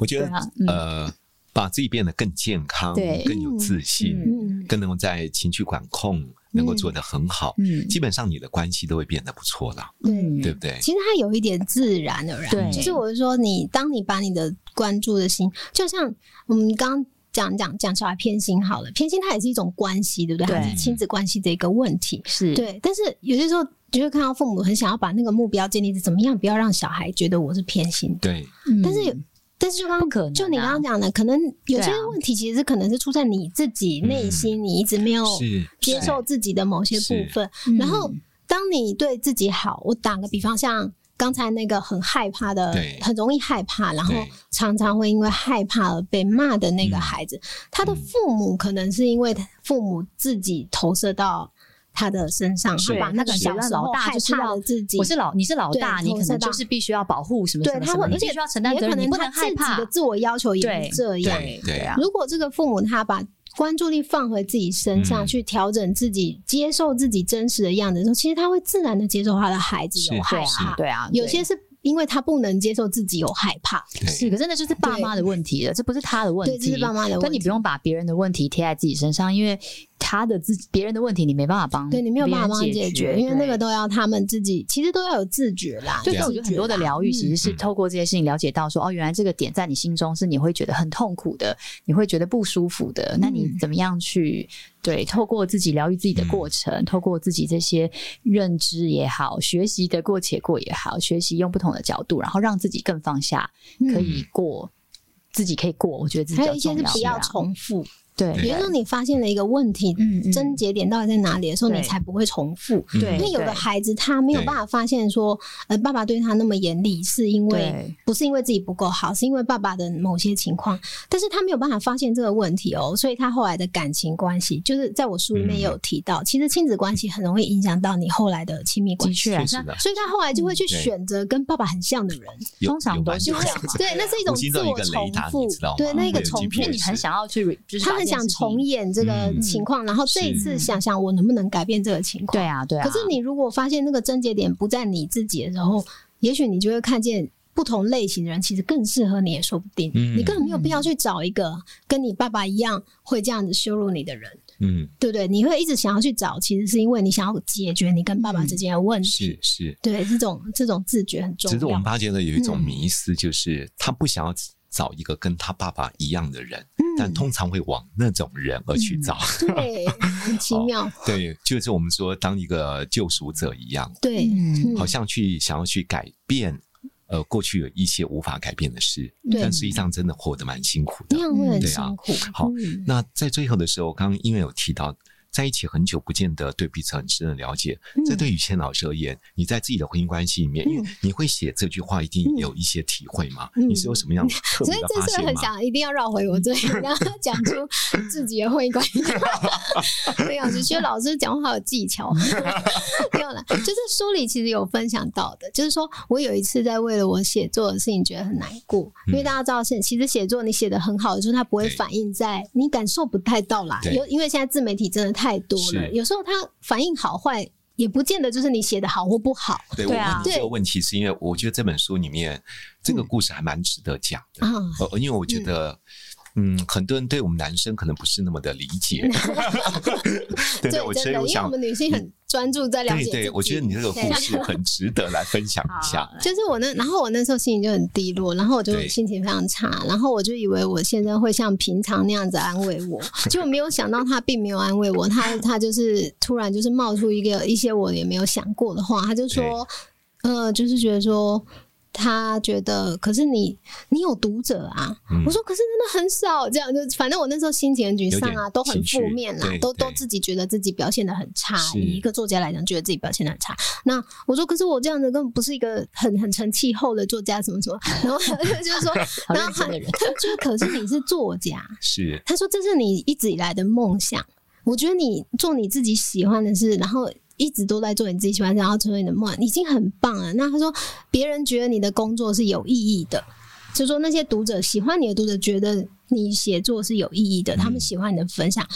Speaker 4: 我觉得
Speaker 2: 对啊嗯
Speaker 4: 呃，把自己变得更健康，
Speaker 2: 对
Speaker 4: 更有自信，
Speaker 8: 嗯
Speaker 4: 更能够在情绪管控能够做得很好，
Speaker 2: 嗯
Speaker 4: 基本上你的关系都会变得不错了，
Speaker 2: 嗯，
Speaker 4: 对不对？
Speaker 8: 其实它有一点自然而然，
Speaker 2: 对
Speaker 8: 嗯就是我是说你，当你把你的关注的心，就像我们刚刚讲讲讲小孩偏心好了，偏心它也是一种关系，对不对？
Speaker 2: 对
Speaker 8: 它是亲子关系的一个问题，
Speaker 2: 是，
Speaker 8: 对。但是有些时候，你会看到父母很想要把那个目标建立在怎么样，不要让小孩觉得我是偏心的。
Speaker 4: 对，
Speaker 2: 嗯
Speaker 8: 但是有，但是就刚
Speaker 2: 不可能啊
Speaker 8: 就你刚刚讲的，可能有些
Speaker 2: 对啊
Speaker 8: 问题其实可能是出在你自己内心，你一直没有
Speaker 4: 嗯是
Speaker 8: 接受自己的某些部分。
Speaker 2: 嗯
Speaker 8: 然后，当你对自己好，我打个比方，像刚才那个很害怕的
Speaker 4: 对，
Speaker 8: 很容易害怕，然后
Speaker 4: 对
Speaker 8: 常常会因为害怕而被骂的
Speaker 2: 嗯
Speaker 8: 那个孩子，他的父母可能是因为他父母自己投射到。他的身上，他
Speaker 4: 是
Speaker 8: 把那个
Speaker 2: 对
Speaker 8: 小时候
Speaker 2: 老大
Speaker 8: 害
Speaker 2: 就是
Speaker 8: 怕
Speaker 2: 要
Speaker 8: 的自己，
Speaker 2: 我是老，你是老大，
Speaker 8: 对
Speaker 2: 你可
Speaker 8: 投射
Speaker 2: 能
Speaker 8: 到
Speaker 2: 就是必须要保护什么什
Speaker 8: 对
Speaker 2: 么
Speaker 8: 他
Speaker 2: 什么，
Speaker 8: 会，
Speaker 2: 你
Speaker 8: 而且
Speaker 2: 必须要承担责
Speaker 8: 也可
Speaker 2: 任，你
Speaker 8: 能
Speaker 2: 不
Speaker 8: 他
Speaker 2: 能害
Speaker 8: 自己
Speaker 2: 怕
Speaker 8: 的。自我要求也
Speaker 2: 对
Speaker 8: 是这样。
Speaker 2: 对
Speaker 4: 对
Speaker 2: 啊，
Speaker 8: 如果这个父母他把关注力放回自己身上，
Speaker 4: 嗯
Speaker 8: 去调整自己、接受自己真实的样子的时候，其实他会自然的接受他的孩子有
Speaker 4: 是
Speaker 8: 害
Speaker 4: 是
Speaker 8: 怕。
Speaker 2: 对啊，
Speaker 8: 有些是因为他不能接受自己有害怕，
Speaker 4: 对
Speaker 2: 是，可是那就是爸妈的问题了，这不是他的问
Speaker 8: 对，
Speaker 2: 题，
Speaker 8: 这是爸妈的
Speaker 2: 但
Speaker 8: 问
Speaker 2: 你
Speaker 8: 题。
Speaker 2: 不用把别人的问题贴在自己身上，因为他的自别人的问题你没办法帮，
Speaker 8: 对你没有办法帮他
Speaker 2: 嗯解
Speaker 8: 解决，因为那个
Speaker 2: 对
Speaker 8: 都要他们自己，其实都要有自觉啦。
Speaker 2: 对，
Speaker 8: 有
Speaker 2: 所以我觉得
Speaker 8: 自
Speaker 2: 很
Speaker 8: 觉
Speaker 2: 多的
Speaker 8: 啦
Speaker 2: 疗愈其实是
Speaker 4: 嗯
Speaker 2: 透过这些事情了解到说，哦，原来这个点在你心中是你会觉得很痛苦的，你会觉得不舒服的。那
Speaker 8: 嗯
Speaker 2: 你怎么样去对透过自己疗愈自己的过程，透过自己这些认知也好，学习的过且过也好，学习用不同的角度，然后让自己更放下，可以过自己可以过，我觉得自己
Speaker 8: 嗯还有一些是不要
Speaker 2: 重，啊
Speaker 8: 重复，
Speaker 2: 嗯对，
Speaker 8: 比如
Speaker 2: 对
Speaker 8: 说你发现了一个问题，
Speaker 2: 嗯嗯
Speaker 8: 症结点到底在哪里的时候，
Speaker 2: 对
Speaker 8: 你才不会重复。
Speaker 2: 对，
Speaker 8: 因为有的
Speaker 2: 对
Speaker 8: 孩子他没有
Speaker 4: 对
Speaker 8: 办法发现说，呃，爸爸对他那么严厉，是因为
Speaker 2: 对
Speaker 8: 不是因为自己不够好，是因为爸爸的某些情况，但是他没有办法发现这个问题哦，所以他后来的感情关系，就是在我书里
Speaker 2: 嗯
Speaker 8: 面也有提到，其实亲子关系很容易影响到你后来的亲密关
Speaker 2: 的
Speaker 8: 系，
Speaker 2: 确
Speaker 4: 嗯
Speaker 2: 啊
Speaker 4: 确实的，
Speaker 8: 所以他后来就会去
Speaker 4: 嗯对
Speaker 8: 选择跟爸爸很像的人，
Speaker 4: 有
Speaker 2: 通常
Speaker 4: 有
Speaker 2: 都
Speaker 4: 蛮
Speaker 2: 是
Speaker 4: 多
Speaker 2: 这样嘛
Speaker 4: 的
Speaker 8: 对，那是一种
Speaker 4: 无形
Speaker 8: 自
Speaker 4: 中有
Speaker 8: 我
Speaker 4: 一个雷达
Speaker 8: 重
Speaker 4: 你
Speaker 8: 复
Speaker 4: 知道吗，
Speaker 8: 对，那一个
Speaker 4: 会有
Speaker 8: 重
Speaker 2: 因
Speaker 8: 复
Speaker 2: 为你
Speaker 4: GPS
Speaker 2: 很想要去 re- 就是
Speaker 8: 他
Speaker 2: 把
Speaker 8: 很
Speaker 2: 这件
Speaker 8: 想
Speaker 2: 事情
Speaker 8: 重演这个
Speaker 4: 嗯
Speaker 8: 情况，然后这一
Speaker 2: 是
Speaker 8: 次想想我能不能改变这个情况
Speaker 2: 对。啊对啊，
Speaker 8: 可是你如果发现那个症结点不在你自己的时候，也许你就会看见不同类型的人其实更适合你，也说不定。
Speaker 4: 嗯
Speaker 8: 你根本没有必要去找一个跟你爸爸一样会这样子羞辱你的人，
Speaker 4: 嗯，
Speaker 8: 对不对？你会一直想要去找，其实是因为你想要解决你跟爸爸之间的问题。
Speaker 4: 嗯是是。
Speaker 8: 对，这种这种自觉很重
Speaker 4: 只是我
Speaker 8: 要
Speaker 4: 们。发现了有一种
Speaker 8: 嗯
Speaker 4: 迷思，就是他不想要找一个跟他爸爸一样的人，
Speaker 2: 嗯
Speaker 4: 但通常会往那种人而去找。
Speaker 8: 对，很奇妙。
Speaker 4: 对，就是我们说当一个救赎者一样，
Speaker 8: 对，
Speaker 2: 嗯
Speaker 4: 好像去想要去改变，呃，过去有一些无法改变的事，
Speaker 8: 对
Speaker 4: 但实际上真的活得蛮辛苦的
Speaker 8: 那。样会很
Speaker 4: 对啊
Speaker 8: 辛苦。嗯
Speaker 4: 好，那在最后的时候，刚刚因为有提到。在一起很久，不见得对彼此很深的了解。
Speaker 8: 嗯
Speaker 4: 这对于倩老师而言，你在自己的婚姻关系里面，因为你会写这句话，一定有一些体会嘛？你是有什么 样特
Speaker 8: 嗯所
Speaker 4: 别
Speaker 8: 以
Speaker 4: 的
Speaker 8: 这
Speaker 4: 发
Speaker 8: 次
Speaker 4: 现
Speaker 8: 很
Speaker 4: 吗？
Speaker 8: 想一定要绕回 我这里，让他讲出自己的婚姻观。 没有，只是老师讲话好有技巧。 没有啦，就是书里其实有分享到的，就是说我有一次在为了我写作的事情觉得很难过，因为大家知道是其实写作你写的很好的时候，它不会
Speaker 4: 嗯对
Speaker 8: 反映在你感受不太到啦。
Speaker 4: 对
Speaker 8: 有因为现在自媒体真的太多了，
Speaker 4: 是
Speaker 8: 有时候它反应好坏也不见得就是你写的好或不好
Speaker 4: 对，我
Speaker 2: 对啊
Speaker 4: 问你这个问题，是因为我觉得这本书里面这个故事还蛮值得讲的。
Speaker 8: 嗯啊。
Speaker 4: 呃，因为我觉得嗯，很多人对我们男生可能不是那么的理解。 对对，我
Speaker 8: 嗯真
Speaker 4: 所以
Speaker 8: 的，
Speaker 4: 我
Speaker 8: 因为
Speaker 4: 想
Speaker 8: 我们女性很专注在了
Speaker 4: 对
Speaker 8: 解自己。啊
Speaker 4: 对，我觉得你这个故 事很值得来分享一下。
Speaker 8: 就是我那，然后我那时候心情就很低落，然后我就
Speaker 4: 对
Speaker 8: 心情非常差，然后我就以为我先生会像平常那样子安慰我，结果没有想到他并没有安慰我，他他就是突然就是冒出一个一些我也没有想过的话，他就说，呃，就是觉得说。他觉得，可是你你有读者啊？
Speaker 4: 嗯
Speaker 8: 我说，可是真的很少，这样就反正我那时候心情很沮丧
Speaker 4: 有
Speaker 8: 啊，
Speaker 4: 点
Speaker 8: 都很
Speaker 4: 情绪
Speaker 8: 负面啦
Speaker 4: 对，
Speaker 8: 都都
Speaker 4: 对
Speaker 8: 自己觉得自己表现的很差。
Speaker 4: 是
Speaker 8: 以一个作家来讲，觉得自己表现的很差，那我说，可是我这样子根本不是一个很很成气候的作家，什么什么。然后 他就是 说，
Speaker 2: 好
Speaker 8: 然后
Speaker 2: 认
Speaker 8: 他
Speaker 2: 真的人，
Speaker 8: 他 就可是你是作家，
Speaker 4: 是，
Speaker 8: 他说这是你一直以来的梦想。我觉得你做你自己喜欢的事，然后一直都在做你自己喜欢的，然后成为你的梦想，已经很棒了。那他说，别人觉得你的工作是有意义的，就说那些读者喜欢你的读者觉得你写作是有意义的，
Speaker 4: 嗯
Speaker 8: 他们喜欢你的分享。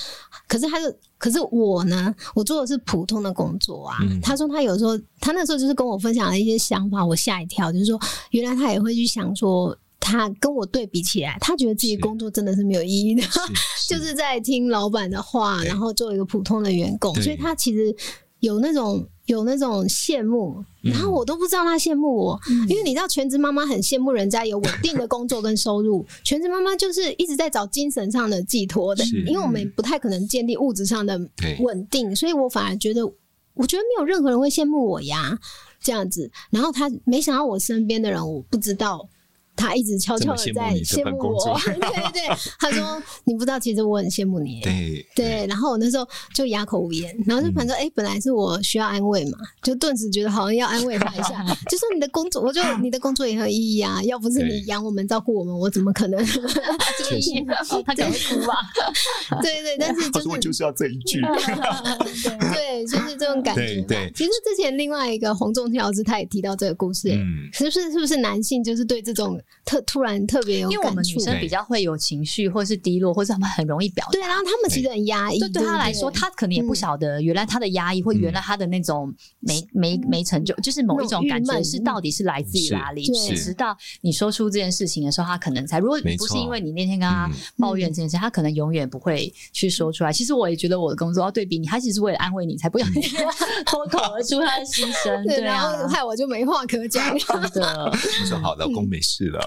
Speaker 8: 可是他就，可是我呢，我做的是普通的工作啊。
Speaker 4: 嗯
Speaker 8: 他说他有时候，他那时候就是跟我分享了一些想法，我吓一跳，就是说原来他也会去想说，他跟我对比起来，他觉得自己
Speaker 4: 是
Speaker 8: 工作真的是没有意 义的。
Speaker 4: 是
Speaker 8: 就是在听老板的话，
Speaker 4: 对
Speaker 8: 然后做一个普通的员工，
Speaker 4: 对
Speaker 8: 所以他其实有那种有那种羡慕，
Speaker 4: 嗯
Speaker 8: 然后我都不知道他羡慕我，因为你知道全职妈妈很羡慕人家有稳定的工作跟 收入，全职妈妈就是一直在找精神上的寄托的
Speaker 4: 是，
Speaker 8: 因为我们不太可能建立物质上的
Speaker 4: 对
Speaker 8: 稳定，所以我反而觉得，我觉得没有任何人会羡慕我呀，这样子。然后他没想到我身边的人，我不知道。他一直悄悄的
Speaker 4: 这么
Speaker 8: 在
Speaker 4: 羡慕你这
Speaker 8: 羡
Speaker 4: 份
Speaker 8: 慕
Speaker 4: 工
Speaker 8: 我，
Speaker 4: 作
Speaker 8: 对对对，他说你不知道，其实我很羡慕你。
Speaker 4: 对嗯
Speaker 8: 对，然后我那时候就哑口无言，然后就反正哎、诶本来是我需要安慰嘛，就顿时觉得好像要安慰他一 下，就说你的工作，我就你的工作也很有意义啊，要不是
Speaker 4: 对
Speaker 8: 你养我们、照顾我们，我怎么可能？
Speaker 4: 确实，
Speaker 2: 他可能会哭啊吧。
Speaker 8: 对对，但是
Speaker 4: 他
Speaker 8: 就
Speaker 4: 说我
Speaker 8: 是
Speaker 4: 就是要这一句，
Speaker 8: 对，就是这种感觉
Speaker 4: 对
Speaker 8: 嘛。
Speaker 4: 对
Speaker 8: 其实之前另外一个洪仲清老师他也提到这个故事、
Speaker 4: 嗯，
Speaker 8: 是不是？是不是男性就是对这种特突然特别 有
Speaker 2: 因为我
Speaker 8: 感
Speaker 2: 们女
Speaker 8: 触？欸
Speaker 2: 生比较会有情绪，或是低落，或是他们很容易表达。
Speaker 8: 对，然后他们其实很压抑，
Speaker 2: 对，对
Speaker 8: 不
Speaker 2: 他来说，他可能
Speaker 8: 嗯
Speaker 2: 也不晓得原来他的压抑，或原来他的那种没没没成就，就是某一种感
Speaker 8: 那种郁
Speaker 2: 觉
Speaker 8: 闷
Speaker 2: 是到底是来自于哪里
Speaker 8: 是。对
Speaker 2: 直到你说出这件事情的时候，他可能才，如果
Speaker 4: 没
Speaker 2: 不
Speaker 4: 错
Speaker 2: 是因为你那天跟他
Speaker 4: 嗯
Speaker 2: 抱怨这件事，他可能永远不会去说出来。其实我也觉得我的工作要对比你，他其实是为了安慰你，才不想 脱口而出他的心 声。
Speaker 8: 嗯 对，
Speaker 2: 对
Speaker 8: 然后
Speaker 2: 啊，
Speaker 8: 害我就没话可 讲。
Speaker 2: 真的，
Speaker 4: 我说好，老公没事了，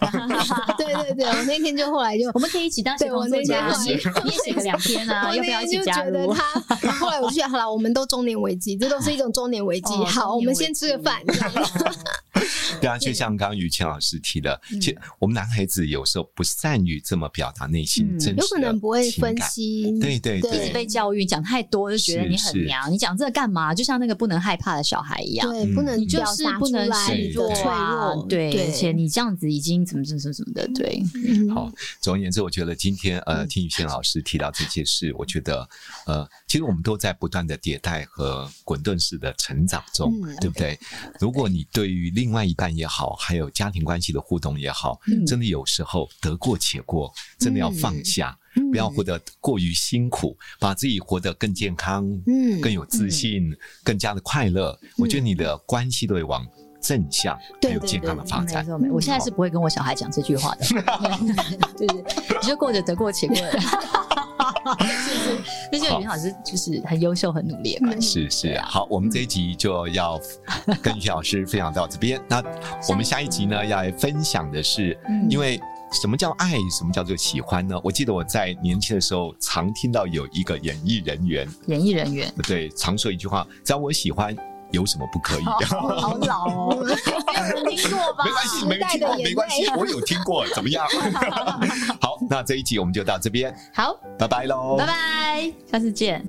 Speaker 8: 对对对，我那天就后来 就
Speaker 2: 我们可以一起当协
Speaker 8: 对
Speaker 2: 同
Speaker 8: 我
Speaker 2: 作
Speaker 8: 那
Speaker 2: 家，
Speaker 8: 天
Speaker 2: 你也写 个两篇啊，要
Speaker 8: 我那
Speaker 2: 不要一
Speaker 8: 天
Speaker 2: 起
Speaker 8: 就
Speaker 2: 加
Speaker 8: 觉
Speaker 2: 入
Speaker 8: 得？ 他， 后来我就觉得好了，我们都中年危机，这都是一种中年危机。
Speaker 2: 哦
Speaker 8: 好，
Speaker 2: 中年
Speaker 8: 我们先吃个饭。这 样
Speaker 4: 对啊，就像刚刚于谦老师提的，其实我们男孩子有时候不善于这么表达内心
Speaker 2: 嗯
Speaker 4: 真实的
Speaker 8: 有可能不会分
Speaker 4: 情感，
Speaker 8: 析，
Speaker 4: 对对
Speaker 8: 对
Speaker 2: 一直
Speaker 4: 对，
Speaker 2: 被教育讲太多，就觉得
Speaker 4: 是
Speaker 2: 你很
Speaker 4: 是
Speaker 2: 娘，你讲这干嘛？就像那个不能害怕的小孩一样，
Speaker 8: 对，不能
Speaker 4: 你
Speaker 2: 就
Speaker 8: 表
Speaker 2: 是
Speaker 8: 达
Speaker 2: 不
Speaker 8: 出
Speaker 2: 能
Speaker 8: 来
Speaker 4: 示
Speaker 8: 你
Speaker 4: 弱
Speaker 8: 的脆
Speaker 2: 啊
Speaker 8: 弱，
Speaker 2: 对，
Speaker 8: 对，
Speaker 2: 而且你这样子已经怎么怎么怎么怎么的，对，
Speaker 8: 嗯
Speaker 4: 好，总而言之，我觉得今天呃，听雨欣老师提到这些事，我觉得呃，其实我们都在不断的迭代和滚动式的成长中，
Speaker 8: 嗯
Speaker 4: 对不对？如果你对于另外一半也好，还有家庭关系的互动也好，
Speaker 2: 嗯
Speaker 4: 真的有时候得过且过，真的要放下，
Speaker 8: 嗯
Speaker 4: 不要活得过于辛苦，把自己活得更健康，
Speaker 8: 嗯
Speaker 4: 更有自信，更加的快乐。我觉得你的关系都会往正向还
Speaker 8: 对
Speaker 4: 有
Speaker 8: 对
Speaker 4: 健康的发展
Speaker 2: 没。错，没错我现在是不会跟我小孩讲这句话 的，对就是你就过着得过且过 的。就是，那就
Speaker 4: 好
Speaker 2: 袁老师就是很优秀、很努力的关系。
Speaker 4: 是是，
Speaker 8: 啊
Speaker 4: 好，我们
Speaker 8: 嗯
Speaker 4: 这一集就 要跟徐老师分享到这边。那我们下一集呢，要来分享的是，
Speaker 8: 嗯
Speaker 4: 因为什么叫爱，什么叫做喜欢呢？我记得我在年轻的时候常听到有一个演艺人员，呃
Speaker 2: 演艺人员，
Speaker 4: 对，常说一句话：只要我喜欢，有什么不可以？啊
Speaker 2: 好好老哦，没有人听过吧
Speaker 4: 没？关系，没
Speaker 8: 代
Speaker 4: 听
Speaker 8: 的
Speaker 4: 过
Speaker 8: 眼
Speaker 4: 没关系，我有听过，怎么 样？好，那这一集我们就到这边，
Speaker 2: 好，
Speaker 4: 拜拜喽，
Speaker 2: 拜拜，下次见。